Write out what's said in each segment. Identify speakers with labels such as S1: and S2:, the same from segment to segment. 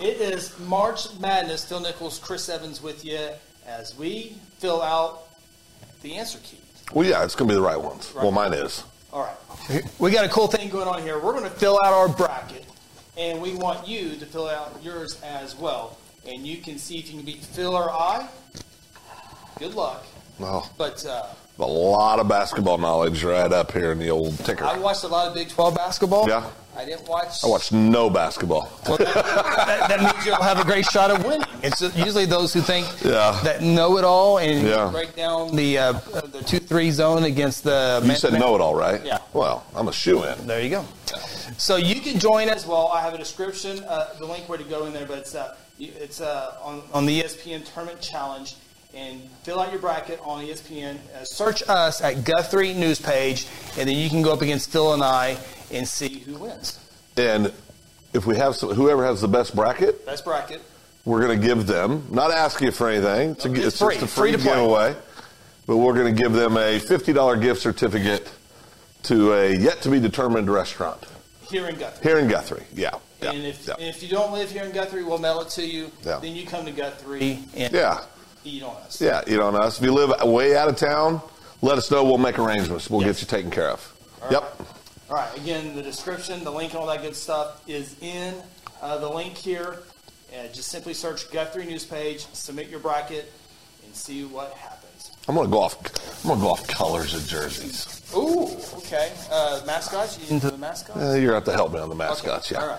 S1: It is March Madness. Phil Nichols, Chris Evans with you as we fill out the answer key.
S2: Well, yeah, it's going to be the right ones. Well, mine is.
S1: All right. We got a cool thing going on here. We're going to fill out our bracket, and we want you to fill out yours as well. And you can see if you can beat Phil or I. Good luck.
S2: Oh,
S1: But uh,
S2: a lot of basketball knowledge right up here in the old ticker.
S1: I watched a lot of Big 12 basketball.
S2: Yeah.
S1: I didn't watch.
S2: I watched no basketball.
S1: Well, that, that, that means you'll have a great shot of winning. It's usually those who think
S2: Yeah.
S1: that know it all and
S2: Yeah.
S1: break down the uh, the two three zone against the.
S2: You said know it all, right?
S1: Yeah.
S2: Well, I'm a shoe in.
S1: There you go. So you can join as well. I have a description, uh, the link where to go in there, but it's uh, you- it's uh, on on the ESPN Tournament Challenge. And fill out your bracket on ESPN. Uh, search us at Guthrie News Page, and then you can go up against Phil and I and see who wins.
S2: And if we have some, whoever has the best bracket,
S1: Best bracket.
S2: we're going to give them, not ask you for anything, it's, a,
S1: No,
S2: it's,
S1: it's
S2: just
S1: free,
S2: a free,
S1: free to play.
S2: giveaway, but we're going to give them a $50 gift certificate to a yet to be determined restaurant
S1: Here in Guthrie.
S2: here in Guthrie. Yeah. yeah,
S1: and if
S2: yeah.
S1: and if you don't live here in Guthrie, we'll mail it to you.
S2: Yeah.
S1: Then you come to Guthrie and
S2: yeah.
S1: eat on us.
S2: Yeah, eat on us. If you live way out of town, let us know. We'll make arrangements. We'll
S1: Yes.
S2: get you taken care of.
S1: All
S2: yep.
S1: right. All right. Again, the description, the link, and all that good stuff is in uh, the link here. Uh, just simply search Guthrie News Page, submit your bracket, and see what happens.
S2: I'm gonna go off. I'm gonna go off colors of jerseys.
S1: Ooh, okay. Uh, mascots, you into the mascots?
S2: Uh, you're gonna have to help me on the mascots.
S1: Okay.
S2: Yeah.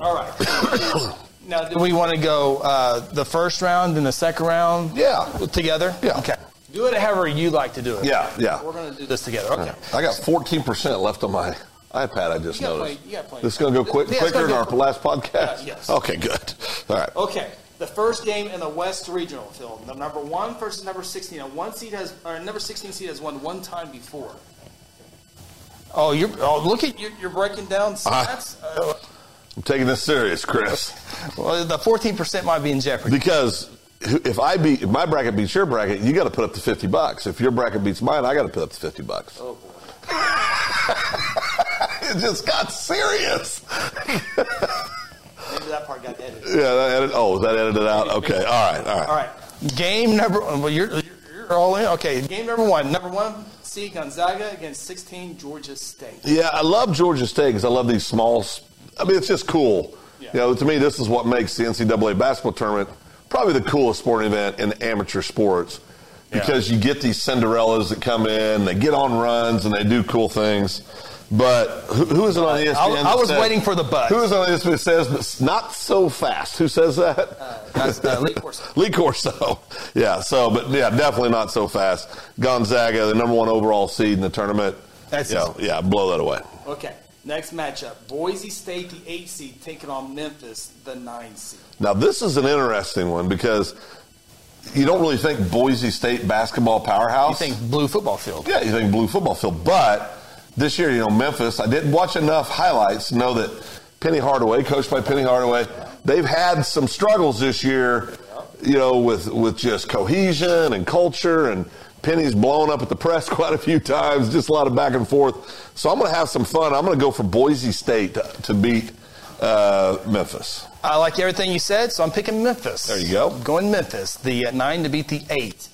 S1: All right. All right. now, do we want to go uh, the first round and the second round
S2: Yeah.
S1: together?
S2: Yeah.
S1: Okay. Do it however you like to do it.
S2: Yeah. Yeah.
S1: We're going to do this together. Okay.
S2: I got 14 percent left on my iPad. I just
S1: You gotta
S2: noticed.
S1: play- you gotta play.
S2: This is gonna go quick,
S1: Yeah, it's
S2: quicker
S1: gonna
S2: than
S1: go-
S2: our last podcast.
S1: Yeah, yes.
S2: Okay. Good. All right.
S1: Okay, the first game in the West Regional, Phil. The number one versus number sixteen. Now, one seed has, or number sixteen seed has won one time before. Oh, you're oh, look at you're, you're breaking down
S2: Uh-huh.
S1: stats. Uh,
S2: I'm taking this serious, Chris,
S1: well, the fourteen percent might be in jeopardy.
S2: because if I beat if my bracket beats your bracket, you got to put up the 50 bucks. If your bracket beats mine, I got to put up the 50 bucks.
S1: Oh boy.
S2: It just got serious.
S1: Maybe that part got edited.
S2: Yeah, that edit, oh, that edited out. Okay, all right, all right.
S1: All right, uh,
S3: Game number. Well, you're you're- you're all in. Okay,
S1: game number one. Number one seed Gonzaga against sixteen Georgia State.
S2: Yeah, I love Georgia State because I love these small. s- I mean, it's just cool.
S1: Yeah.
S2: You know, to me, this is what makes the NCAA basketball tournament probably the coolest sporting event in amateur sports because you get these Cinderellas that come in, they get on runs, and they do cool things. But who, who is it on E ESPN?
S3: I
S2: that
S3: was
S2: said-
S3: waiting for the but.
S2: Who is it on E ESPN that says, but not so fast? Who says that?
S1: That's uh, Lee Corso.
S2: Lee Corso. Yeah, so, but yeah, definitely not so fast. Gonzaga, the number one overall seed in the tournament.
S3: That's
S2: yeah, yeah, blow that away.
S1: Okay, next matchup: Boise State, the eight seed, taking on Memphis, the nine seed.
S2: Now, this is an interesting one because you don't really think Boise State basketball
S3: you
S2: powerhouse.
S3: think blue football field?
S2: Yeah, you think blue football field. But this year, you know, Memphis, I didn't watch enough highlights to know that Penny Hardaway, coached by Penny Hardaway, they've had some struggles this year, you know, with, with just cohesion and culture. And Penny's blown up at the press quite a few times, just a lot of back and forth. So I'm going to have some fun. I'm going to go for Boise State to, to beat uh, Memphis.
S3: I like everything you said, so I'm picking Memphis.
S2: There you go.
S3: Going Memphis, the uh, nine to beat the eight.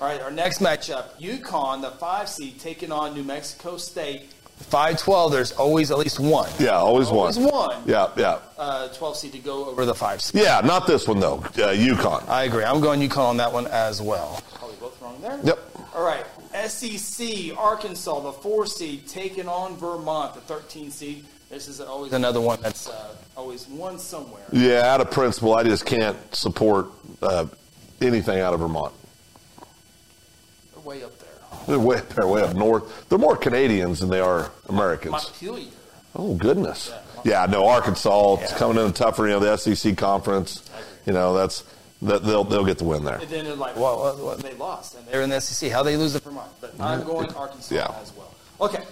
S1: All right, our next matchup, UConn, the five seed, taking on New Mexico State,
S3: Five twelve. There's always at least one
S2: Yeah, always,
S1: Always
S2: one.
S1: one.
S2: Yeah, yeah.
S1: uh, 12 seed to go over
S3: for
S1: the
S3: the five. seed.
S2: Yeah, not this one, though. Uh, UConn.
S3: I agree. I'm going UConn on that one as well.
S1: probably both wrong there.
S2: Yep.
S1: All right, SEC, Arkansas, the four seed, taking on Vermont, the 13 seed. This is always
S3: Another one that's.
S1: uh, always one somewhere.
S2: Yeah, out of principle, I just can't support uh, anything out of Vermont.
S3: Mm.
S1: They're way up there.
S2: They're way up there, way up north. They're more Canadians than they are Americans.
S1: Montpelier.
S2: Oh, goodness. Yeah, no, Arkansas, it's
S3: Yeah.
S2: coming in tougher, you know, the SEC conference. You know, that's that they'll, they'll get the win there.
S1: And then they're like,
S3: Well, well, well,
S1: they lost. And
S3: They're in the SEC. How they lose the
S1: Vermont, but I'm going Arkansas
S2: Yeah.
S1: as well. Okay,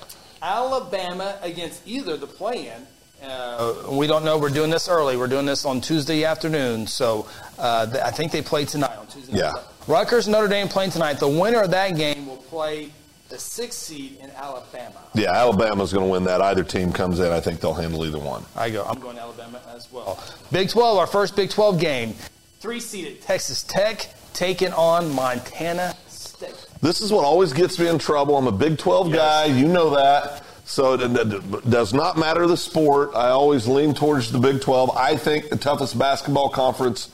S1: Alabama against either the play-in. Uh,
S3: We don't know. We're doing this early. We're doing this on Tuesday afternoon. So uh, th- I think they play tonight.
S1: on Tuesday.
S2: Yeah.
S1: night.
S3: Rutgers Notre Dame playing tonight. The winner of that game
S1: game will play
S4: the sixth seed in Alabama.
S2: Yeah, Alabama's going to win that. Either team comes in, I think they'll handle either one.
S1: I go. I'm going Alabama as well.
S3: Oh.
S1: Big 12, our first Big 12 game.
S4: Three seeded
S1: Texas Tech taking on Montana State.
S2: This is what always gets me in trouble. I'm a Big 12 guy. You know that. So it d- d- does not matter the sport. I always lean towards the Big 12. I think the toughest basketball conference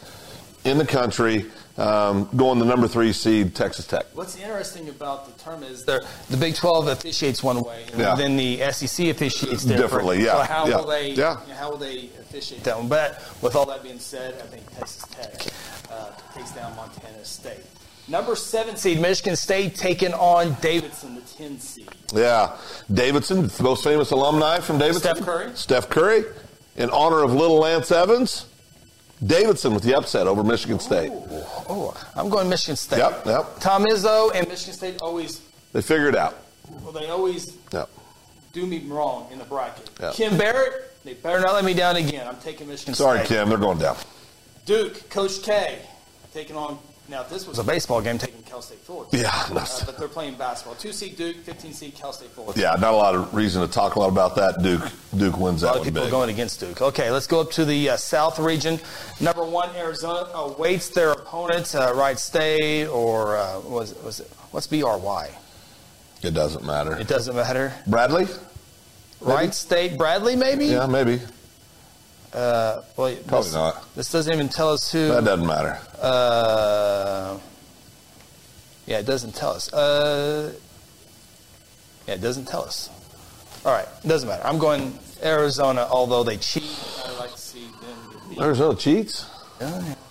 S2: in the country, um, going the number three seed, Texas Tech.
S4: What's interesting about the term is
S1: The, the Big 12 officiates one way, and
S2: Yeah.
S1: then the
S4: E
S1: SEC officiates different.
S2: Differently, yeah,
S1: So how
S2: yeah,
S1: will they?
S2: yeah.
S4: you know, how will they officiate that?
S1: That one, but with all
S4: All that being said, I think Texas Tech uh, takes down Montana State. Number seven seed
S1: seed, Michigan State taking on David.
S4: Davidson, the ten seed.
S2: Yeah. Davidson, most famous alumni from Davidson.
S4: Steph Curry.
S2: Steph Curry, in honor of little Lance Evans. Davidson with the upset over Michigan State.
S1: Oh, I'm going Michigan State.
S2: Yep, yep.
S1: Tom Izzo
S4: And
S1: and
S4: Michigan State always,
S2: They figured it out.
S4: well, they always
S2: Yep.
S4: do me wrong in the bracket.
S2: Yeah.
S4: Kim Barrett, they better not let me down again. I'm taking Michigan
S2: Sorry,
S4: State.
S2: Kim, they're going down.
S4: Duke, Coach K, taking on. Now this
S1: it's
S4: was
S1: a baseball game. Take
S4: taking Cal State Fullerton.
S2: Yeah,
S4: Uh,
S2: that's-
S4: but they're playing basketball. Two seed Duke, 15 seed Cal State Fullerton.
S2: yeah, not a lot of reason to talk a lot about that. Duke, Duke wins
S1: a
S2: that
S1: lot of
S2: one
S1: people
S2: big.
S1: going against Duke. Okay, let's go up to the uh, South region.
S4: Number one Arizona awaits
S1: Awaits uh, their opponents, uh, Wright State or uh, was was it? What's BRY?
S2: It doesn't matter.
S1: It doesn't matter.
S2: Bradley?
S1: Wright State, Bradley, maybe. Uh,
S2: Yeah, maybe.
S1: Well,
S2: Probably
S1: this,
S2: not.
S1: This doesn't even tell us who.
S2: That doesn't matter.
S1: Uh, yeah, it doesn't tell us. Uh, yeah, it doesn't tell us. All right, doesn't matter. I'm going Arizona, although they cheat.
S4: I like to see them get beat.
S2: Arizona cheats?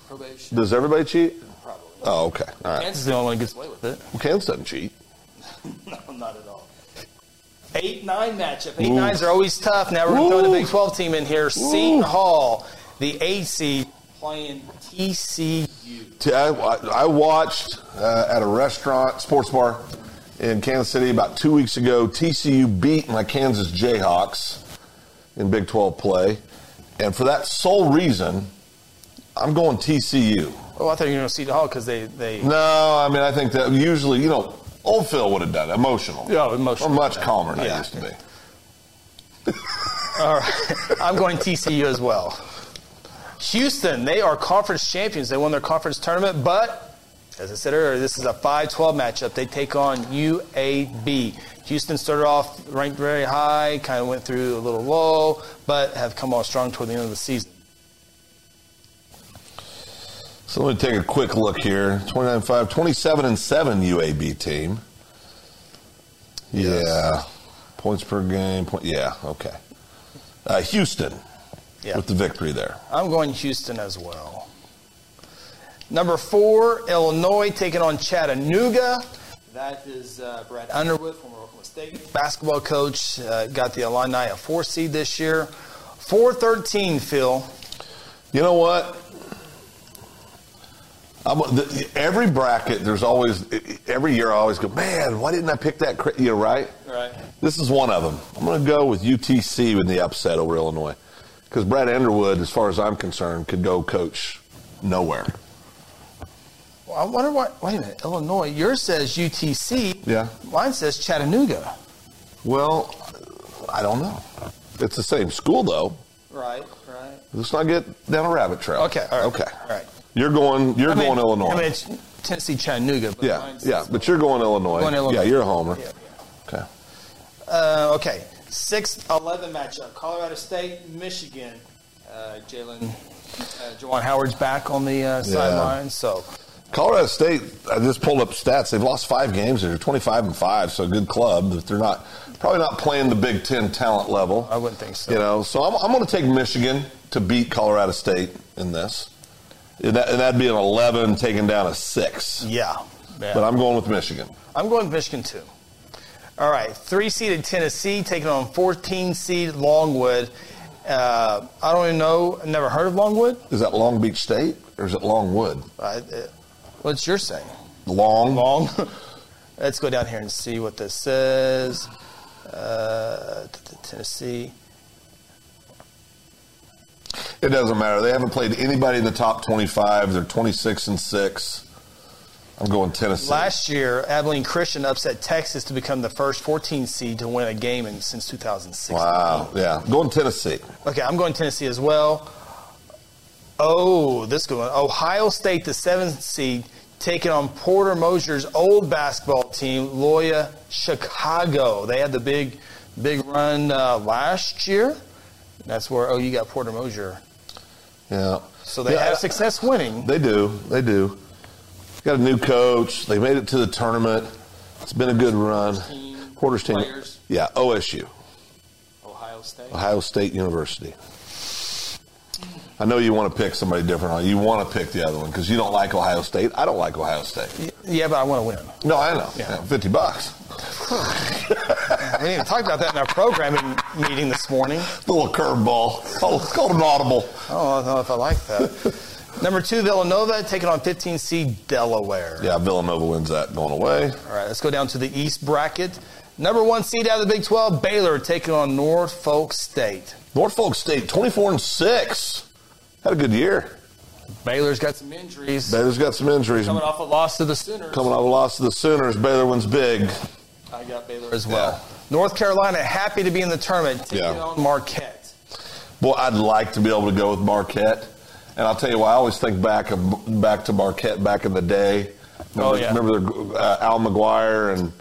S4: probation.
S2: Does everybody cheat?
S4: Probably.
S2: Oh, okay. All right.
S1: Kansas is the only one who gets away with it.
S2: Well, Kansas doesn't cheat.
S4: No, not at all. Eight nine matchup.
S1: Eight
S4: Eight nine.
S1: nines are always tough. Now we're going to throw the
S2: Ooh.
S1: Big 12 team in here. Seton Hall, the eight seed,
S4: playing T.
S1: TCU.
S2: T- I, I watched uh, at a restaurant, sports bar in Kansas City about two weeks ago. TCU beat my Kansas Jayhawks in Big 12 play. And for that sole reason, I'm going TCU.
S1: Oh, I thought you were going to Seton Hall because they, they.
S2: No, I mean, I think that usually, you know, old Phil would have done it. Emotional.
S1: Yeah, emotional.
S2: Or much calmer than I
S1: Yeah.
S2: used to be.
S1: All right. I'm going TCU as well. Houston, they are conference champions. They won their conference tournament, but as I said earlier, this is a 5 12 matchup. They take on UAB. Houston started off ranked very high, kind of went through a little low, but have come on strong toward the end of the season.
S2: So let me take a quick look here. 29 5, 27 and 7 UAB team. Yeah. Points per game. Point, yeah, okay. Uh, Houston
S1: Yeah.
S2: with the victory there.
S1: I'm going Houston as well. Number four, Illinois taking on Chattanooga.
S4: That is uh, Brad Underwood, former Oklahoma State.
S1: basketball coach, uh, got the alumni a four seed this year. 413, Phil.
S2: You know what? I'm, the, every bracket, there's always, every year I always go, man, why didn't I pick that? Cra-? You're right.
S4: Right.
S2: This is one of them. I'm going to go with UTC with the upset over Illinois because Brad Underwood, as far as I'm concerned, could go coach nowhere.
S1: Well, I wonder why. Wait a minute, Illinois. Yours says UTC.
S2: Yeah.
S1: Mine says Chattanooga.
S2: Well, I don't know. It's the same school though.
S4: Right. Right.
S2: Let's not get down a rabbit trail.
S1: Okay. All right.
S2: Okay.
S1: All right.
S2: You're going. You're
S1: I mean-
S2: going Illinois.
S1: I mean, it's Tennessee, Chattanooga. But
S2: yeah.
S4: mine's-
S2: Yeah. But you're going Illinois.
S1: Going Illinois.
S2: Yeah. You're a homer.
S1: Yeah.
S2: Okay.
S1: Uh, okay. Six.
S4: Eleven matchup. Colorado State, Michigan. Uh, Jalen. Uh,
S1: Juwan
S4: Jawan
S1: Howard's back on the uh, sideline, so
S2: Colorado State. I just pulled up stats. They've lost five games. They're 25 and five. So a good club. But they're not probably not playing the Big Ten talent level.
S1: I wouldn't think so.
S2: You know, so I'm, I'm going to take Michigan to beat Colorado State in this. And, that, and that'd be an 11 taking down a 6.
S1: Yeah. Yeah.
S2: But I'm going with Michigan.
S1: I'm going with Michigan too. All right, three seeded Tennessee taking on 14 seed Longwood. Uh, I don't even know. Never heard of Longwood.
S2: Is that Long Beach State or is it Longwood?
S1: I, uh, what's your saying?
S2: Long.
S1: Long. Let's go down here and see what this says. Uh, t- t- Tennessee.
S2: It doesn't matter. They haven't played anybody in the top 25. They're 26 and 6. I'm going Tennessee.
S1: Last year, Abilene Christian upset Texas to become the first 14 seed to win a game in, since 2006.
S2: wow. Yeah. I'm going Tennessee.
S1: Okay, I'm going Tennessee as well. Oh, this good one. Ohio State, the seventh seed, taking on Porter Mosier's old basketball team, Loyola Chicago. They had the big, big run uh, last year. That's where oh, you got Porter Mosier.
S2: Yeah.
S1: So they
S2: Yeah,
S1: have
S2: I-
S1: success winning.
S2: They do. They do. Got a new coach. They made it to the tournament. It's been a good run.
S4: Team,
S2: Quarters team.
S4: players.
S2: Yeah, OSU,
S4: Ohio State.
S2: Ohio State University. I know you want to pick somebody different. huh? You want to pick the other one because you don't like Ohio State. I don't like Ohio State.
S1: Yeah, but I want to win.
S2: No, I know.
S1: Yeah.
S2: Yeah, Fifty bucks.
S1: We didn't even talk about that in our programming meeting this morning.
S2: little curveball. Oh, it's called an audible.
S1: Oh, I don't know if I like that. Number two, Villanova taking on 15 seed Delaware.
S2: Yeah, Villanova wins that going away.
S1: All right, let's go down to the East bracket. Number one seed out of the Big 12, Baylor taking on Norfolk State.
S2: Norfolk State, twenty-four and six. Had a good year.
S1: Baylor's got some
S4: Some injuries.
S2: Baylor's got some injuries.
S4: Coming off a loss to the Sooners.
S2: Coming off a loss to the Sooners, Baylor wins big.
S4: I got Baylor
S1: as well. North Carolina happy to be in the tournament. Taking
S2: Yeah.
S1: on Marquette.
S2: Boy, I'd like to be able to go with Marquette. And I'll tell you why. I always think back of, back to Marquette back in the day. Remember,
S1: Oh, yeah.
S2: Remember the, uh, Al McGuire and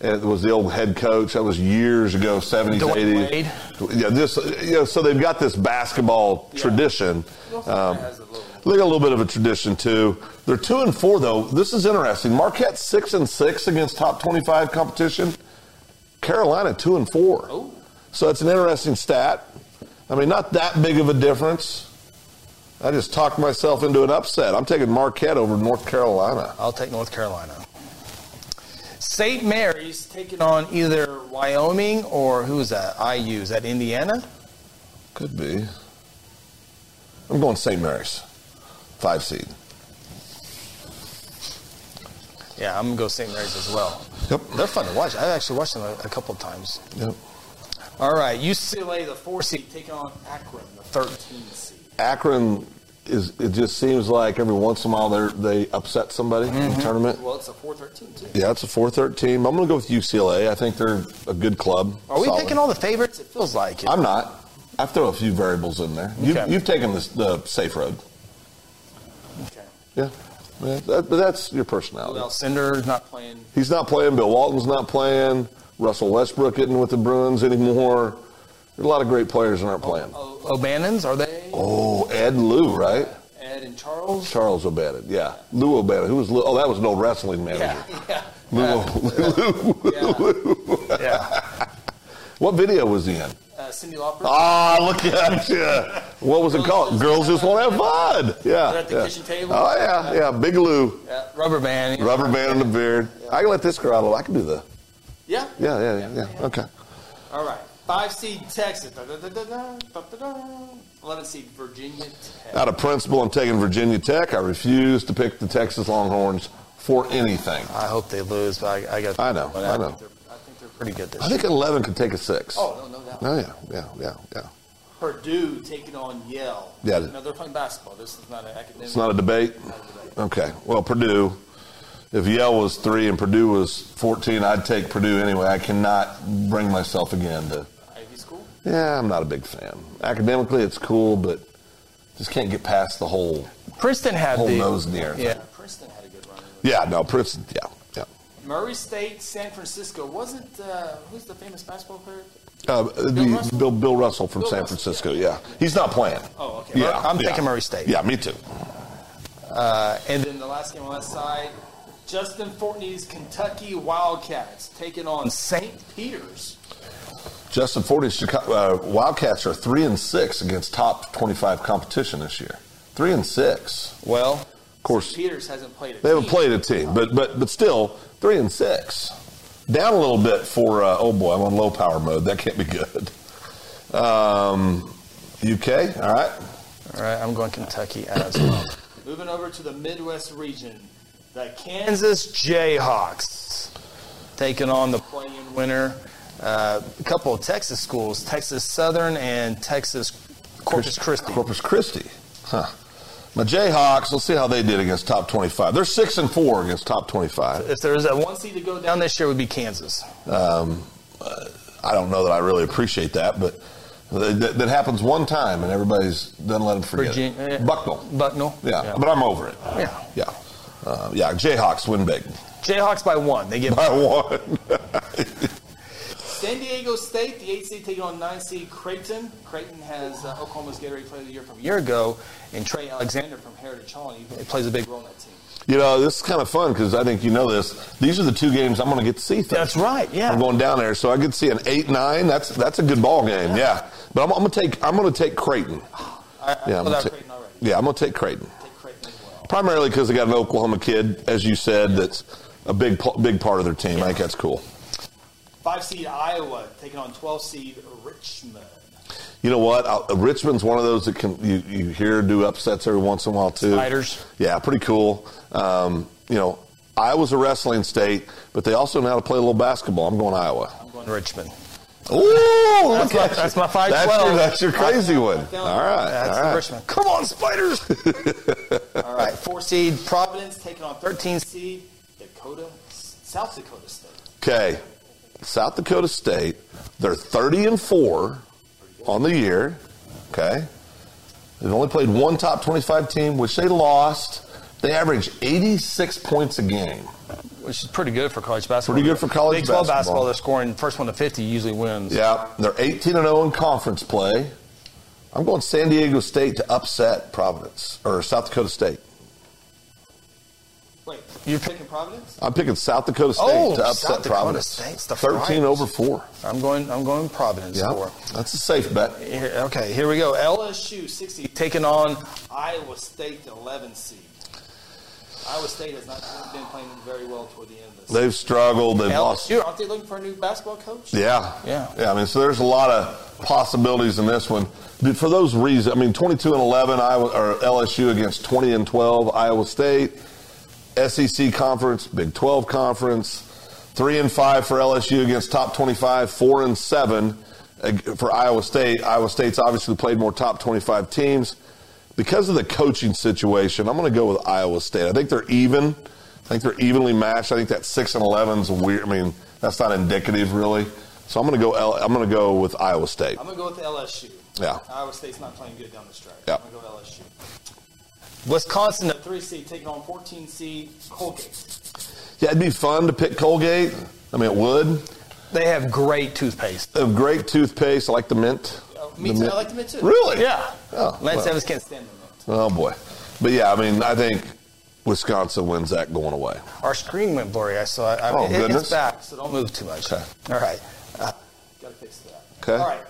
S2: it was the old head coach. That was years ago, seventies,
S1: Dwight
S2: eighties.
S1: Wade.
S2: Yeah, this. You know, so they've got this basketball tradition. Um, they got a little bit of a tradition too. They're two and four though. This is interesting. Marquette six and six against top twenty-five competition. Carolina two and four.
S1: Oh.
S2: So it's an interesting stat. I mean, not that big of a difference. I just talked myself into an upset. I'm taking Marquette over North Carolina.
S1: I'll take North Carolina. St. Mary's taking on either Wyoming or who is that? IU. Is that Indiana?
S2: Could be. I'm going St. Mary's, five seed.
S1: Yeah, I'm gonna go St. Mary's as well.
S2: Yep.
S1: They're fun to watch. I've actually watched them a, a couple of times.
S2: Yep.
S1: All right, UCLA.
S4: UCLA, the four seed, taking on Akron, the 13 seed.
S2: Akron is. It just seems like every once in a while they they upset somebody in
S1: Mm-hmm.
S2: the tournament.
S4: Well, it's a 4-13 too.
S2: Yeah, it's a 4-13 team. I'm going to go with UCLA. I think they're a good club.
S1: Are we
S2: Solid.
S1: picking all the favorites? It feels like it.
S2: I'm not. I throw a few variables in there.
S1: Okay.
S2: You, you've taken this, the safe road.
S4: Okay.
S2: Yeah, yeah that, but that's your
S4: Who
S2: personality.
S4: else?
S1: Cinder's not.
S4: Playing
S2: He's not playing. Bill Walton's not playing. Russell Westbrook isn't with the Bruins anymore. There's a lot of great players that aren't playing.
S4: oh,
S1: O'Bannon's are they?
S2: Oh, Ed Lou, right?
S4: Ed and Charles.
S2: Charles O'Bannon. Yeah, Lou O'Bannon. Who was Lou? Oh, that was an old wrestling manager.
S4: Yeah.
S2: Lou, Lou, Lou.
S1: Yeah.
S2: What video was he in?
S4: Uh, Cindy Lauper.
S2: Ah, look at you. What was it called? Girls just want to have fun. Yeah.
S4: They're at the
S2: yeah.
S4: kitchen table.
S2: Oh yeah, yeah. Big Lou,
S4: Yeah.
S1: Rubber band.
S2: rubber band in the beard. I can let this girl out. I can do the.
S4: yeah.
S2: Yeah, yeah, yeah, yeah. Okay.
S4: All right. Five seed Texas. Da, da, da, da, da, da, da, da. Eleven seed Virginia Tech.
S2: Out of principle, I'm taking Virginia Tech. I refuse to pick the Texas Longhorns for anything.
S1: I hope they lose, but I, I got.
S2: I know, I know.
S4: They're, I think they're pretty.
S1: Pretty good
S2: I
S1: this. year.
S2: think 11 could take a six.
S4: Oh no, no doubt.
S2: Oh, yeah, yeah, yeah, yeah.
S4: Purdue taking on Yale.
S2: Yeah.
S4: No, they're playing basketball. This is not an academic.
S2: It's not a debate. Okay. Well, Purdue. If Yale was three and Purdue was 14, I'd take Purdue anyway. I cannot bring myself again to.
S4: Ivy school.
S2: Yeah, I'm not a big fan. Academically, it's cool, but just can't get past the whole.
S1: Princeton had
S2: Whole
S1: the
S2: nose in the air.
S1: Yeah.
S4: Uh, Princeton had a good run. in it.
S2: Yeah, no, Princeton. Yeah, yeah.
S4: Murray State, San Francisco. Wasn't uh, who's the famous basketball player?
S2: Uh, the,
S4: Bill
S2: Bill,
S4: Russell?
S2: Bill, Russell from
S4: Bill
S2: San
S4: Russell,
S2: Francisco.
S4: yeah.
S2: Yeah. he's not playing.
S4: Oh, okay.
S2: Yeah,
S1: I'm
S2: yeah.
S1: picking Murray State.
S2: Yeah, me too.
S4: And then the last game on that side, Justin Fortney's Kentucky Wildcats taking on St. Peter's.
S2: Justin Forty Chicago, uh, Wildcats are three and six against top twenty-five competition this year. Three and six.
S1: Well,
S2: Of course,
S4: Peters hasn't played. A
S2: They haven't
S4: team.
S2: played a team, but but but still three and six, down a little bit for uh, oh boy, I'm on low power mode. That can't be good. Um, UK, all right.
S1: all right. I'm going Kentucky as well.
S4: Moving over to the Midwest region, the Kansas
S1: Kansas Jayhawks taking on the play-in winner. Uh, a couple of Texas schools, Texas Southern and Texas Corpus Christi.
S2: Corpus Christi, huh? My Jayhawks, let's see how they did against top 25. They're 6 and 4 against top 25.
S1: If there was a one seed to go down this year, it would be Kansas.
S2: Um, uh, I don't know that I really appreciate that, but th- th- that happens one time and everybody's doesn't let them forget. it.
S1: Virginia-
S2: Bucknell.
S1: Bucknell.
S2: Yeah, but I'm over it.
S1: Yeah.
S2: Yeah. Uh, yeah, Jayhawks win big.
S1: Jayhawks by one. They get
S2: I won.
S4: San Diego State, the eight seed, taking on nine seed Creighton. Creighton has uh, Oklahoma's Gatorade Player of the Year from a year ago, and Trey Alexander from Heritage Hall. and He plays a big role in that team.
S2: you know, this is kind of fun because I think you know this. These are the two games I'm going to get to see. Thursday.
S1: That's right, yeah.
S2: I'm going down there, so I could see an eight nine. That's that's a good ball game. Yeah. But I'm, I'm going to take I'm going to take Creighton.
S4: I, I
S2: Yeah, I'm
S4: pulled
S2: gonna
S4: out
S2: take-
S4: Creighton already.
S2: Yeah, I'm going to take Creighton.
S4: Take Creighton as well.
S2: primarily because they got an Oklahoma kid, as you said, that's a big big part of their team. I think that's cool.
S4: Five seed Iowa taking on 12 seed Richmond.
S2: You know what? Uh Richmond's one of those that can you, you hear do upsets every once in a while too.
S1: Spiders.
S2: yeah, pretty cool. Um, you know, Iowa's a wrestling state, but they also know how to play a little basketball. I'm going Iowa.
S1: I'm going to Richmond.
S2: Ooh, look
S1: my-
S2: at you.
S1: that's my 5-12.
S2: That's your, that's your crazy one. All
S4: found-
S2: right,
S1: That's
S2: all right.
S1: Richmond. Come on, Spiders.
S4: All right, four seed Providence taking on 13 seed Dakota, South Dakota State.
S2: Okay, South Dakota State, they're 30 and 4 on the year. Okay. They've only played one top 25 team, which they lost. They average 86 points a game.
S1: Which is pretty good for college basketball.
S2: Pretty good for college
S1: Big 12
S2: basketball.
S1: basketball. they're scoring first one to 50 usually wins.
S2: Yeah, they're 18 and 0 in conference play. I'm going San Diego State to upset Providence or South Dakota State.
S4: Wait, you're picking Providence?
S2: I'm picking South Dakota State
S1: Oh,
S2: to
S1: South
S2: upset
S1: Dakota
S2: Providence.
S1: State's the
S2: 13
S1: Friars.
S2: over 4.
S1: I'm going. I'm going Providence
S2: Yeah,
S1: for.
S2: that's a safe bet.
S1: Here, okay, here we go. L
S4: LSU, 6 seed,
S1: taking on.
S4: Iowa State, 11 seed. Iowa State has not been playing very well toward the end of this.
S2: They've struggled. They've lost.
S4: LSU, aren't they looking for a new basketball coach?
S2: Yeah.
S1: Yeah.
S2: Yeah. I mean, so there's a lot of possibilities in this one. Dude, for those reasons, I mean, 22 and 11, Iowa or LSU against 20 and 12, Iowa State, SEC E conference, Big 12 conference, three and five for LSU against top 25, four and seven ag- for Iowa State. Iowa State's obviously played more top 25 teams. Because of the coaching situation, I'm going to go with Iowa State. I think they're even. I think they're evenly matched. I think that six and eleven's weird. I mean, that's not indicative, really. So I'm going to go. L- I'm going to go with Iowa State.
S4: I'm going to go with LSU.
S2: Yeah.
S4: Iowa State's not playing good down the stretch.
S2: Yeah.
S4: I'm going to go with LSU.
S1: Wisconsin
S4: The 3 seed taking on 14 seed Colgate.
S2: Yeah, it'd be fun to pick Colgate. I mean, it would.
S1: They have great toothpaste.
S2: They have great toothpaste. I like the mint.
S4: Oh, me
S2: The
S4: too.
S2: mint.
S4: I like the mint too.
S2: Really?
S1: Yeah.
S2: Oh,
S1: Lance
S2: well.
S1: Evans can't.
S4: Can't stand them. though.
S2: Oh boy. But yeah, I mean, I think Wisconsin wins that going away.
S1: Our screen went blurry. I saw. it. I
S2: Oh,
S1: it-
S2: goodness.
S1: It's back, so don't move too much.
S2: Okay.
S1: All right. Uh,
S4: Got to fix that.
S2: 'Kay.
S4: All right.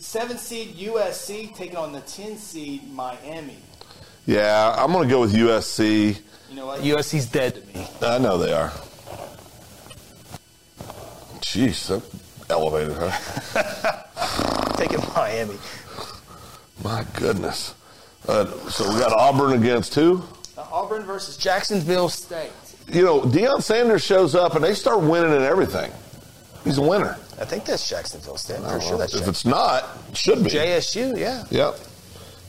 S4: Seven seed USC taking on the 10 seed Miami.
S2: Yeah, I'm going to go with USC.
S4: You know what?
S1: USC's dead to me.
S2: I know they are. Jeez, that elevated, huh?
S1: Taking Miami.
S2: My goodness. Uh, so we got Auburn against who?
S4: Uh, Auburn versus Jack.
S1: Jacksonville State.
S2: You know, Deion Sanders shows up and they start winning and everything. He's a winner.
S1: I think that's Jacksonville State. I'm
S2: I don't
S1: pretty
S2: know.
S1: sure that's
S2: if
S1: Jacksonville.
S2: it's not, it should be.
S1: JSU. Yeah.
S2: Yep.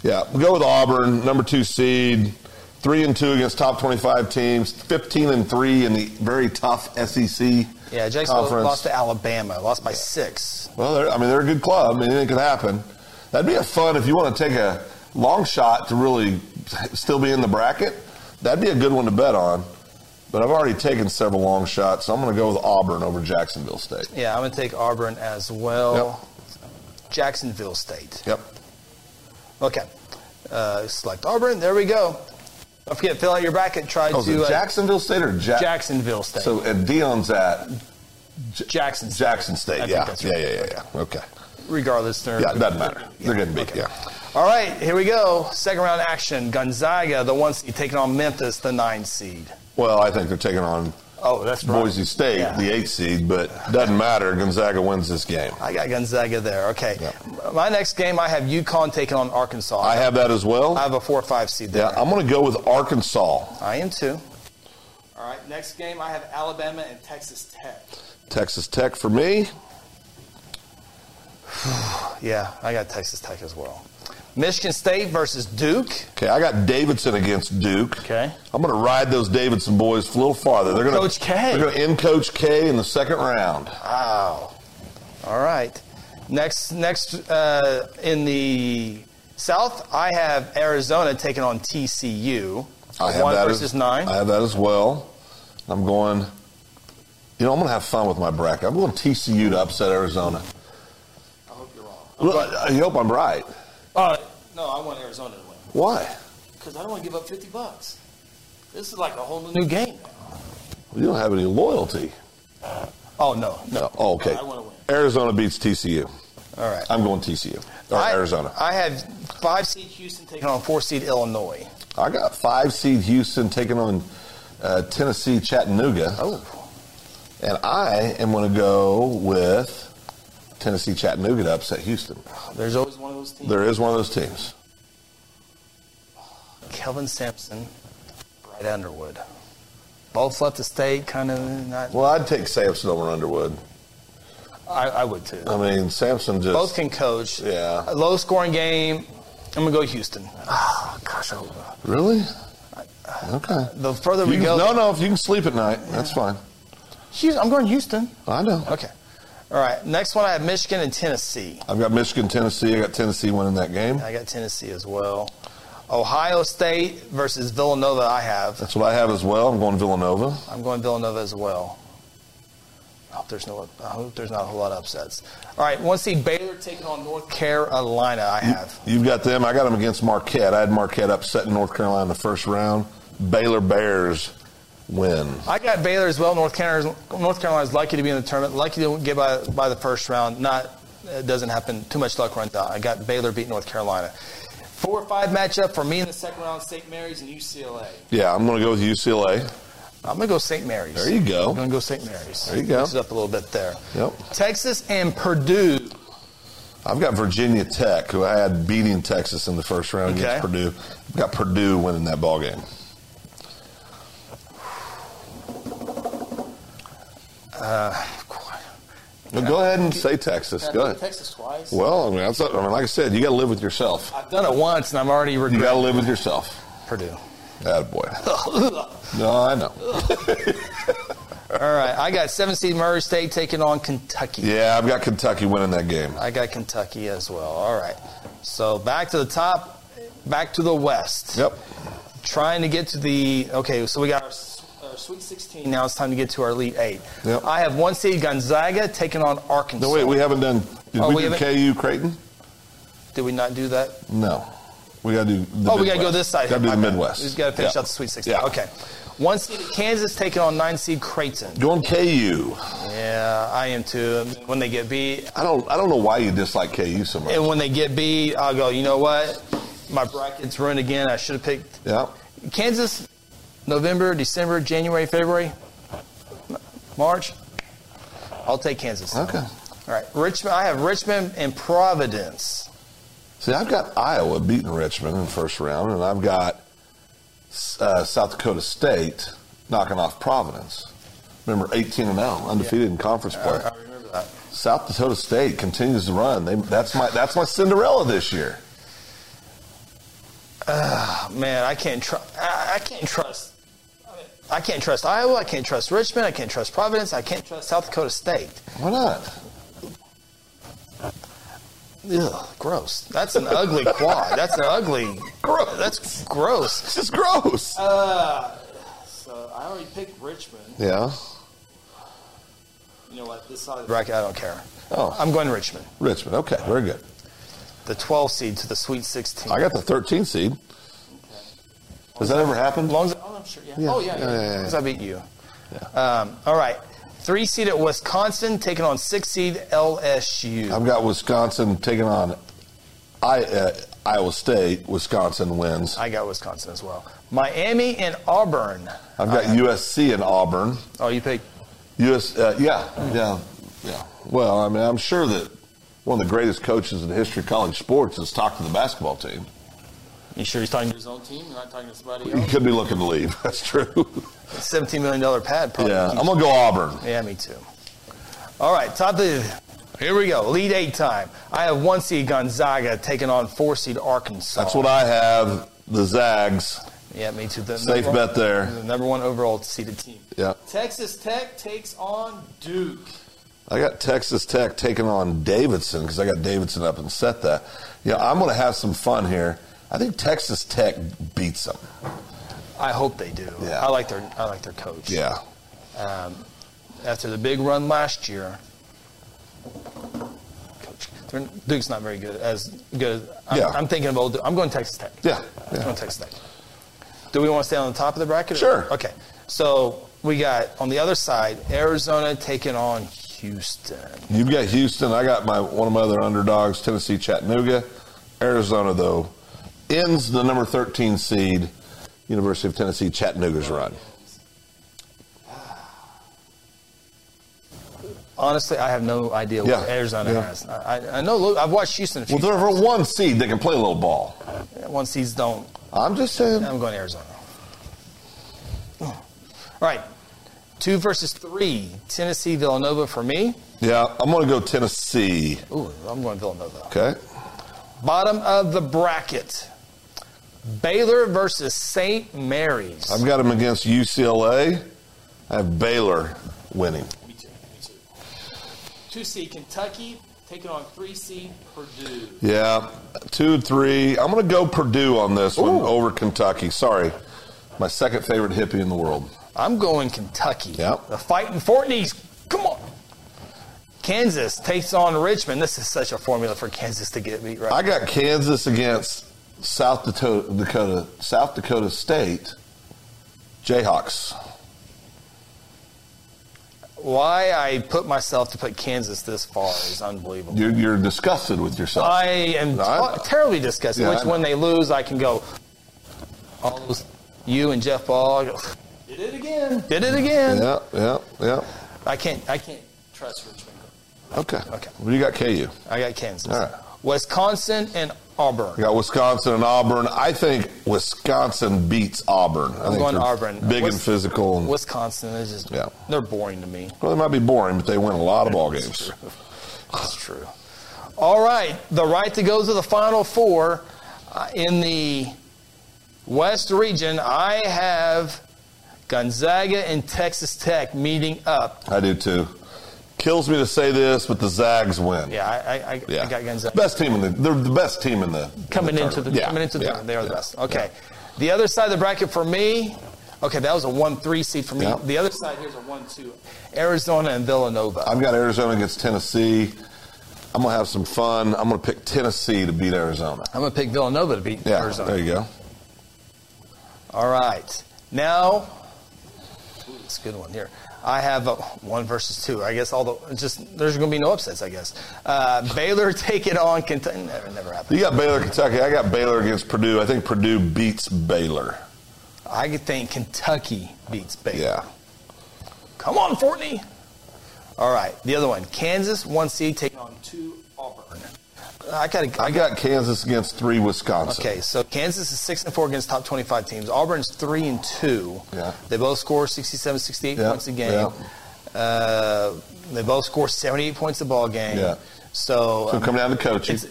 S2: Yeah. We'll go with Auburn, number two seed, three and two against top twenty-five teams, fifteen and three in the very tough E SEC.
S1: Yeah. Jacksonville
S2: conference.
S1: lost to Alabama. Lost by six.
S2: Well, they're, I mean, they're a good club. Anything could happen. That'd be a fun if you want to take a long shot to really still be in the bracket. That'd be a good one to bet on. But I've already taken several long shots, so I'm going to go with Auburn over Jacksonville State.
S1: Yeah. I'm gonna take Auburn as well. Jacksonville State.
S2: Yep.
S1: Okay. Uh, select Auburn. There we go. Don't forget, fill out your bracket. Try
S2: Oh, is
S1: to
S2: it
S1: uh,
S2: Jacksonville State or Jack?
S1: Jacksonville State.
S2: So and Dion's at
S1: Jackson. State.
S2: Jackson State.
S1: I think
S2: yeah.
S1: that's
S2: yeah,
S1: right.
S2: yeah, yeah, yeah. Okay.
S1: Regardless, they're
S2: Yeah, it doesn't matter. They're getting beat.
S1: Okay.
S2: Yeah.
S1: All right, here we go. Second round action. Gonzaga, the one seed, taking on Memphis, the nine seed.
S2: Well, I think they're taking on
S1: Oh, that's right.
S2: Boise State,
S1: Yeah.
S2: the eight seed, but doesn't matter. Gonzaga wins this game.
S1: I got Gonzaga there. Okay.
S2: Yeah.
S1: My next game, I have UConn taking on Arkansas.
S2: I have that as well.
S1: I have a four or five seed there.
S2: yeah, I'm going to go with Arkansas.
S1: I am too.
S4: All right. Next game, I have Alabama and Texas Tech.
S2: Texas Tech for me.
S1: Yeah, I got Texas Tech as well. Michigan State versus Duke.
S2: Okay, I got Davidson against Duke.
S1: Okay.
S2: I'm going to ride those Davidson boys a little farther. They're going to
S1: Coach K.
S2: They're going to end Coach K in the second round.
S1: Wow. All right. Next, next uh, in the South, I have Arizona taking on TCU.
S2: I have
S1: One
S2: that
S1: versus
S2: as,
S1: nine.
S2: I have that as well. I'm going. You know, I'm going to have fun with my bracket. I'm going TCU to upset Arizona.
S4: I hope you're wrong.
S2: Look, I I hope I'm right.
S4: Uh, no, I want Arizona to win
S2: Why?
S4: because I don't want to give up 50 bucks. This is like a whole new game.
S2: You don't have any loyalty.
S1: Oh no.
S2: No. Oh, okay.
S4: I wanna win.
S2: Arizona beats TCU.
S1: All right.
S2: I'm going TCU or
S1: I-
S2: Arizona.
S1: I have five seed Houston taking on four seed Illinois.
S2: I got five seed Houston taking on uh, Tennessee Chattanooga.
S1: Oh.
S2: And I am going to go with Tennessee Chattanooga to upset Houston.
S1: There's always
S4: It's one of those teams.
S2: There is one of those teams.
S1: Kelvin Sampson, Bright Underwood. Both left the state, kind of not.
S2: Well, I'd take Samson over Underwood.
S1: I, I would too.
S2: I mean, Samson just.
S1: Both can coach.
S2: Yeah.
S1: A low scoring game. I'm gonna go Houston. Oh gosh, I,
S2: Really? Okay.
S1: the further we
S2: You
S1: go,
S2: can, no, no, if you can sleep at night, that's fine.
S1: Houston, I'm going Houston.
S2: I know.
S1: Okay. All right. Next one, I have Michigan and Tennessee.
S2: I've got Michigan, Tennessee. I got Tennessee winning that game.
S1: I got Tennessee as well. Ohio State versus Villanova. I have.
S2: That's what I have as well. I'm going Villanova.
S1: I'm going Villanova as well. I hope there's no. I hope there's not a whole lot of upsets. All right. One seed Baylor taking on North Carolina. I have.
S2: You've got them. I got them against Marquette. I had Marquette upsetting North Carolina in the first round. Baylor Bears win.
S1: I got Baylor as well. North Carolina. North Carolina's lucky to be in the tournament. Lucky to get by by the first round. Not. It doesn't happen. Too much luck runs out. I got Baylor beat North Carolina. Four or five matchup for me in the second round. St. Mary's and UCLA.
S2: Yeah, I'm going to go with UCLA.
S1: I'm gonna go St. Mary's.
S2: There you go.
S1: I'm gonna go St. Mary's.
S2: There you go.
S1: Mix it up a little bit there.
S2: Yep.
S1: Texas and Purdue.
S2: I've got Virginia Tech, who I had beating Texas in the first round
S1: Okay.
S2: against Purdue. I've got Purdue winning that ball game.
S1: Uh,
S2: Well, go ahead and say Texas.
S4: I've
S2: Go
S4: done
S2: ahead.
S4: Texas twice.
S2: Well, I mean, that's, I mean, like I said, you got to live with yourself.
S1: I've done it once, and I'm already
S2: You
S1: regretting
S2: got to live with yourself.
S1: Purdue.
S2: That boy. No, I know.
S1: All right, I got seven seed Murray State taking on Kentucky.
S2: Yeah, I've got Kentucky winning that game.
S1: I got Kentucky as well. All right, so back to the top, back to the West.
S2: Yep.
S1: Trying to get to the okay. So we got our, s- our Sweet 16. Now it's time to get to our Elite Eight.
S2: Yep.
S1: I have one seed Gonzaga taking on Arkansas.
S2: No, wait, we haven't done. Did
S1: Oh,
S2: we,
S1: we
S2: do
S1: haven't-
S2: KU Creighton?
S1: Did we not do that?
S2: No. We got to do the
S1: oh, we got to go
S2: Midwest.
S1: this side.
S2: Got to do
S1: My
S2: the
S1: bad.
S2: Midwest.
S1: We just got to finish
S2: Yeah.
S1: out the Sweet 16.
S2: Yeah.
S1: Okay. One seed Kansas taking on nine seed Creighton.
S2: Going KU.
S1: Yeah, I am too. When they get beat,
S2: I don't. I don't know why you dislike KU so much.
S1: and when they get beat, I'll go. You know what? My bracket's ruined again. I should have picked
S2: Yeah.
S1: Kansas. November, December, January, February, March. I'll take Kansas. All
S2: Okay.
S1: right, Richmond. I have Richmond and Providence.
S2: See, I've got Iowa beating Richmond in the first round, and I've got uh, South Dakota State knocking off Providence. Remember, eighteen and zero, undefeated in conference play.
S1: I remember that.
S2: South Dakota State continues to run. They, that's my that's my Cinderella this year.
S1: man, I can't trust. I I can't trust. I can't trust Iowa. I can't trust Richmond. I can't trust Providence. I can't trust South Dakota State.
S2: Why not?
S1: Ugh, gross. That's an ugly quad. That's an ugly.
S2: Gross.
S1: That's gross.
S2: This is gross.
S4: Uh, so I already picked Richmond.
S2: yeah.
S4: You know what? This side of the
S1: Bracket, I don't care.
S2: Oh.
S1: I'm going Richmond,
S2: Richmond. Okay. Very good.
S1: the 12 seed to the Sweet 16.
S2: I got the 13 seed. Has that ever happened?
S1: As long as,
S4: Oh, I'm sure. Yeah.
S2: Yeah.
S4: Oh, yeah. yeah,
S2: Yeah, yeah,
S1: as long as I beat you. Um, all right. Three seed at Wisconsin taking on six seed LSU.
S2: I've got Wisconsin taking on I, uh, Iowa State. Wisconsin wins.
S1: I got Wisconsin as well. Miami and Auburn.
S2: I've got
S1: Uh-huh.
S2: USC and Auburn.
S1: Oh, you picked
S2: US, uh, yeah, yeah, yeah. Well, I mean, I'm sure that one of the greatest coaches in the history of college sports has talked to the basketball team.
S1: You sure he's talking
S4: His own team. You're not talking to somebody
S2: He
S4: else.
S2: could be looking to leave. That's true.
S1: seventeen million dollar pad? Probably
S2: yeah,
S1: keeps-
S2: I'm gonna go Auburn.
S1: yeah, me too. All right, top of the Here we go. Lead eight time. I have one seed Gonzaga taking on four seed Arkansas.
S2: That's what I have. The Zags.
S1: Yeah, me too. The
S2: Safe
S1: number-
S2: bet there.
S1: The number one overall seeded team.
S2: Yeah.
S4: Texas Tech takes on Duke.
S2: I got Texas Tech taking on Davidson because I got Davidson up and set that. Yeah, I'm going to have some fun here. I think Texas Tech beats them.
S1: I hope they do.
S2: Yeah.
S1: I like their I like their coach.
S2: Yeah.
S1: Um, after the big run last year, coach they're- Duke's not very good as good. As, I'm,
S2: Yeah.
S1: I'm thinking of old. I'm going Texas Tech.
S2: Yeah,
S1: I'm
S2: yeah.
S1: going Texas Tech. Do we want to stay on the top of the bracket? or-
S2: Sure.
S1: Okay. So we got on the other side Arizona taking on Houston.
S2: You've got Houston. I got my one of my other underdogs, Tennessee, Chattanooga. Arizona, though, ends the number 13 seed, University of Tennessee, Chattanooga's run.
S1: Honestly, I have no idea what
S2: Yeah.
S1: Arizona
S2: Yeah.
S1: has. I, I- I know. look, I've watched Houston. A few
S2: Well, they're over one seed. They can play a little ball.
S1: times. Once these don't,
S2: I'm just saying.
S1: I'm going to Arizona. All right. Two versus three. Tennessee, Villanova for me.
S2: Yeah, I'm going to go Tennessee.
S1: Ooh, I'm going Villanova.
S2: Okay.
S1: Bottom of the bracket. Baylor versus St. Mary's.
S2: I've got them against UCLA. I have Baylor winning.
S4: Me too. Me too. Two seed Kentucky taking on three seed Purdue.
S2: Yeah, two, three. I'm going to go Purdue on this one over Kentucky. Sorry, my second favorite hippie in the world.
S1: I'm going Kentucky.
S2: Yep.
S1: The fighting Fortneys. Come on. Kansas takes on Richmond. This is such a formula for Kansas to get beat, right?
S2: I got Kansas against South Dakota, Dakota South Dakota State Jayhawks.
S1: Why I put myself to put Kansas this far is unbelievable.
S2: You're, you're disgusted with yourself.
S1: I am
S2: I-
S1: t- terribly disgusted.
S2: Yeah, I
S1: which,
S2: know.
S1: when they lose, I can go. All those, you and Jeff Ball I go,
S4: Did it again.
S1: did it again.
S2: yeah, yeah, yeah.
S1: I can't. I can't.
S4: Trust Richmond.
S2: Okay.
S1: Okay.
S2: Well, you got KU.
S1: I got Kansas,
S2: All right. Mm.
S1: Wisconsin, and Auburn.
S2: I got Wisconsin and Auburn. I think Wisconsin beats Auburn. I
S1: I'm
S2: think
S1: going
S2: they're
S1: Auburn.
S2: Big
S1: Wis-
S2: and physical. And,
S1: Wisconsin is just.
S2: Yeah.
S1: They're boring to me.
S2: well, they might be boring, but they win a lot of ball games.
S1: That's true. All right, the right to go to the Final Four uh, in the West region. I have Gonzaga and Texas Tech meeting up.
S2: I do too. Kills me to say this, but the Zags win.
S1: Yeah, I, I, I, I got Gonzaga.
S2: Best team in the. They're the best team in the in
S1: coming into the
S2: tournament. Yeah,
S1: coming into the
S2: yeah,
S1: they are the
S2: yeah,
S1: best. Okay, the other side of the bracket for me. Okay, that was a one-three seed for me.
S2: Yeah.
S1: The other side,
S4: Side here's a one-two.
S1: Arizona and Villanova.
S2: I've got Arizona against Tennessee. I'm gonna have some fun. I'm gonna pick Tennessee to beat Arizona.
S1: I'm gonna pick Villanova to beat
S2: Yeah,
S1: Arizona.
S2: there you go.
S1: All right, now it's a good one here. I have a one versus two. I guess all the just there's gonna be no upsets. I guess uh, Baylor take it on Kentucky. Never, never happened.
S2: You got Baylor, Kentucky. I got Baylor against Purdue. I think Purdue beats Baylor.
S1: I could think Kentucky beats Baylor.
S2: Yeah,
S1: Come on, Fortney. All right, the other one, Kansas one seed taking on.
S4: On two Auburn.
S1: I gotta.
S2: I got Kansas against three Wisconsin.
S1: Okay, so Kansas is six and four against top twenty-five teams. Auburn's three and two.
S2: Yeah.
S1: They both score 67, 68
S2: Yeah,
S1: points a game. Uh, they both score seventy-eight points a ball game.
S2: Yeah.
S1: So,
S2: So
S1: um,
S2: come down to coaching.
S1: it's,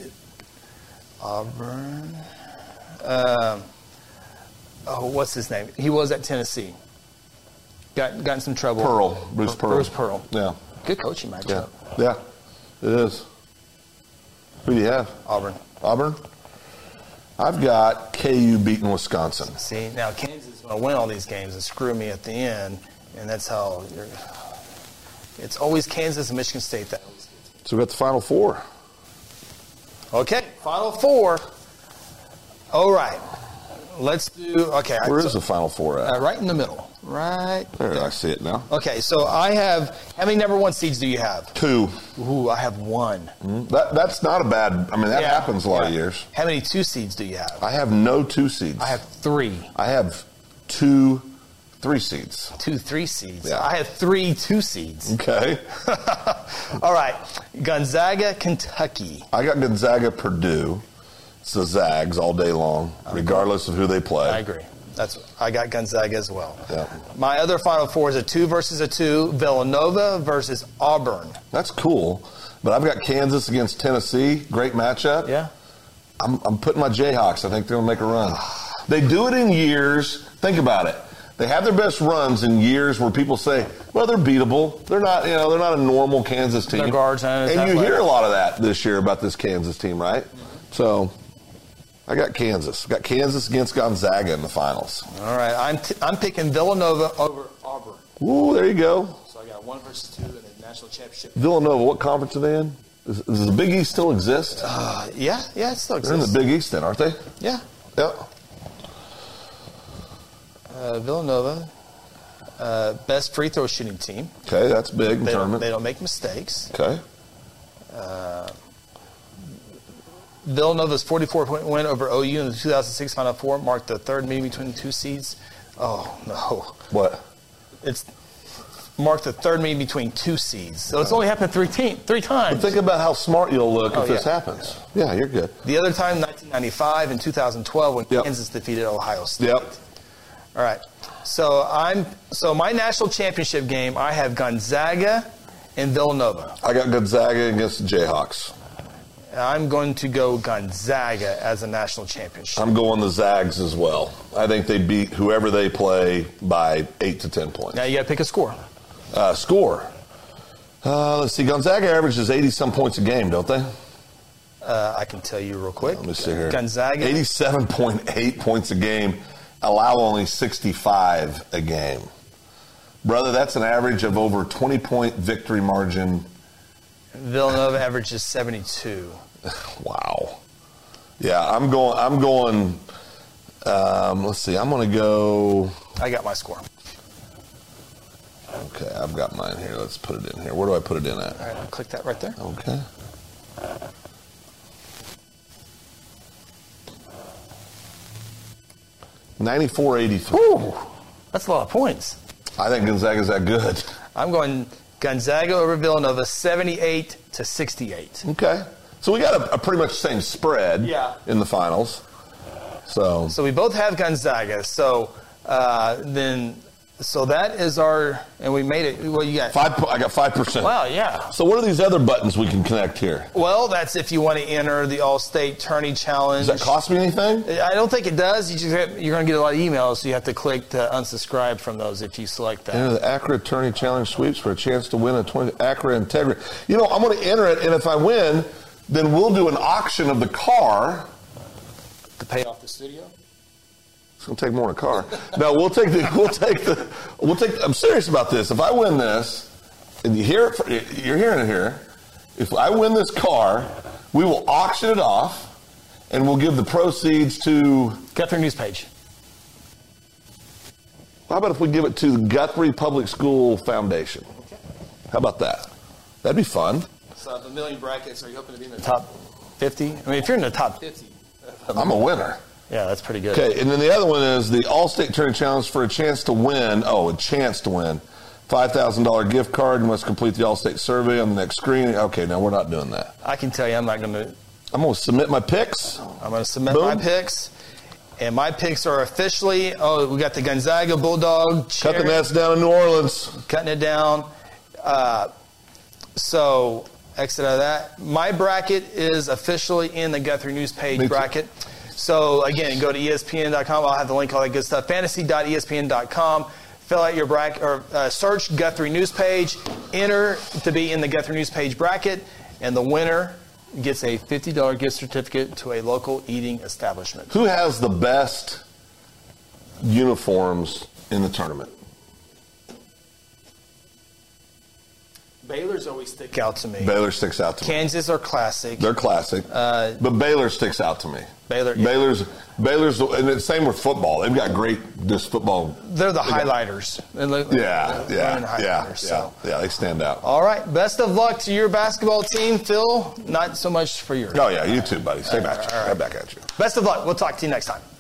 S1: Auburn. Um, oh, what's his name? He was at Tennessee. Got got in some trouble.
S2: Pearl, Bruce Pearl.
S1: Bruce Pearl.
S2: Yeah,
S1: Good coaching matchup.
S2: yeah, yeah. It is. Who do you have?
S1: Auburn.
S2: Auburn. I've got KU beating Wisconsin.
S1: See, now Kansas is going to win all these games and screw me at the end, and that's how you're. It's always Kansas and Michigan State that.
S2: So we got the final four.
S1: Okay, Final Four. All right, let's do. Okay,
S2: Where
S1: so-
S2: is the final four at?
S1: uh, right in the middle. Right.
S2: There, I see it now.
S1: Okay, so I have. How many number one seeds do you have?
S2: Two.
S1: Ooh, I have one.
S2: That that's not a bad. I mean, that
S1: Yeah,
S2: happens a lot of
S1: yeah.
S2: years.
S1: How many two seeds do you have?
S2: I have no two seeds.
S1: I have three.
S2: I have two, three seeds.
S1: Two three seeds.
S2: Yeah.
S1: I have three two seeds.
S2: Okay.
S1: all right, Gonzaga, Kentucky.
S2: I got Gonzaga, Purdue. It's the Zags all day long, regardless of who they play.
S1: I agree. That's I got Gonzaga as well.
S2: Yeah.
S1: My other Final Four is a two versus a two, Villanova versus Auburn.
S2: That's cool. But I've got Kansas against Tennessee. Great matchup.
S1: Yeah.
S2: I'm, I'm putting my Jayhawks. I think they're going to make a run. They do it in years. Think about it. They have their best runs in years where people say, "Well, they're beatable. They're not, you know, they're not a normal Kansas team."
S1: Their guards
S2: and
S1: aren't as
S2: you hear
S1: athletic.
S2: a lot of that this year about this Kansas team, right? So, I got Kansas. Got Kansas against Gonzaga in the finals.
S1: All right, I'm t- I'm picking Villanova over Auburn.
S2: Ooh, there you go.
S4: So I got one versus two in the national championship.
S2: Villanova. What conference are they in? Does, does the Big East still exist?
S1: Uh, yeah, yeah, it still
S2: They're in the
S1: exists.
S2: Big East, then, aren't they?
S1: yeah,
S2: Yep.
S1: uh, Villanova, uh, best free throw shooting team.
S2: Okay, that's big in
S1: They don't,
S2: tournament.
S1: they don't make mistakes.
S2: Okay.
S1: Villanova's 44 point win over OU in the 2006 Final Four marked the third meeting between the two seeds. Oh, no.
S2: What?
S1: It's marked the third meeting between two seeds. So it's only happened three, te- three times.
S2: Think about how smart you'll look
S1: Oh,
S2: if this
S1: yeah.
S2: happens. Yeah, you're good.
S1: the other time, 1995 and 2012, when
S2: Yep.
S1: Kansas defeated Ohio State.
S2: Yep.
S1: All right. So I'm so my national championship game. I have Gonzaga and Villanova.
S2: I got Gonzaga against the Jayhawks.
S1: I'm going to go Gonzaga as a national championship.
S2: I'm going the Zags as well. I think they beat whoever they play by eight to ten points.
S1: now you got to pick a score.
S2: Uh, score. Uh, let's see. Gonzaga averages eighty some points a game, don't they?
S1: Uh, I can tell you real quick.
S2: Let me see here.
S1: Gonzaga.
S2: eighty-seven point eight points a game, allow only sixty-five a game. Brother, that's an average of over twenty-point victory margin.
S1: Villanova averages 72.
S2: Wow. Yeah, I'm going. I'm going. Um, let's see. I'm going to go.
S1: I got my score.
S2: Okay, I've got mine here. Let's put it in here. Where do I put it in
S1: All
S2: at?
S1: right, I'll click that right there.
S2: Okay. Ninety-four eighty-three.
S1: That's a lot of points.
S2: I think Gonzaga's that good.
S1: I'm going Gonzaga over Villanova 78 to 68.
S2: Okay. So we got a, a pretty much same spread
S4: Yeah.
S2: in the finals. So
S1: So we both have Gonzaga. So uh, then, so that is our, and we made it. Well, you got.
S2: five. po- I got five percent.
S1: Wow, yeah.
S2: So what are these other buttons we can connect here?
S1: Well, that's if you want to enter the All-State Tourney Challenge.
S2: Does that cost me anything?
S1: I don't think it does. You just have, you're going to get a lot of emails, so you have to click to unsubscribe from those if you select that.
S2: Enter the Accra Attorney Challenge sweeps for a chance to win a 20 Accra Integra. You know, I'm going to enter it, and if I win, then we'll do an auction of the car.
S4: To pay off the studio.
S2: It's going to take more than a car. no, we'll take the we'll take the we'll take. I'm serious about this. If I win this, and you hear it, fr- you're hearing it here. If I win this car, we will auction it off, and we'll give the proceeds to.
S1: Guthrie News page.
S2: How about if we give it to the Guthrie Public School Foundation? How about that? That'd be fun.
S4: So I have a million brackets. Are you hoping to be in the top
S1: Top 50. I mean, if you're in the top,
S4: 50?
S2: I'm a winner.
S1: yeah, that's pretty good.
S2: Okay, and then the other one is the All-State Tourney Challenge for a chance to win. Oh, a chance to win. $5,000 gift card and must complete the All-State survey on the next screen. Okay, no, we're not doing that.
S1: I can tell you, I'm not going to.
S2: I'm going to submit my picks.
S1: I'm going to submit
S2: Boom.
S1: my picks, and my picks are officially. Oh, we got the Gonzaga Bulldog.
S2: Cut the
S1: Cherry-
S2: nets down in New Orleans.
S1: cutting it down. Uh, so exit out of that. My bracket is officially in the Guthrie News
S2: Me
S1: page
S2: too.
S1: bracket. So again, go to E ESPN.com. I'll have the link, all that good stuff. E Fantasy.ESPN.com. Fill out your bracket or uh, search Guthrie News page. Enter to be in the Guthrie News page bracket, and the winner gets a fifty dollar gift certificate to a local eating establishment.
S2: Who has the best uniforms in the tournament?
S4: Baylor's always sticking.
S1: Stick out to me.
S2: Baylor sticks out to me.
S1: Kansas are classic.
S2: They're classic,
S1: Uh,
S2: but Baylor sticks out to me.
S1: Baylor-
S2: Baylor's, Baylor's, and it's same with football. They've got great this football.
S1: They're the highlighters. They look-
S2: Yeah,
S1: they're the
S2: yeah,
S1: highlighters,
S2: yeah, yeah,
S1: so.
S2: yeah. They stand out.
S1: All right. Best of luck to your basketball team, Phil. Not so much for yours.
S2: Oh yeah, you too, buddy. Stay back. Right back at you.
S1: Best of luck. We'll talk to you next time.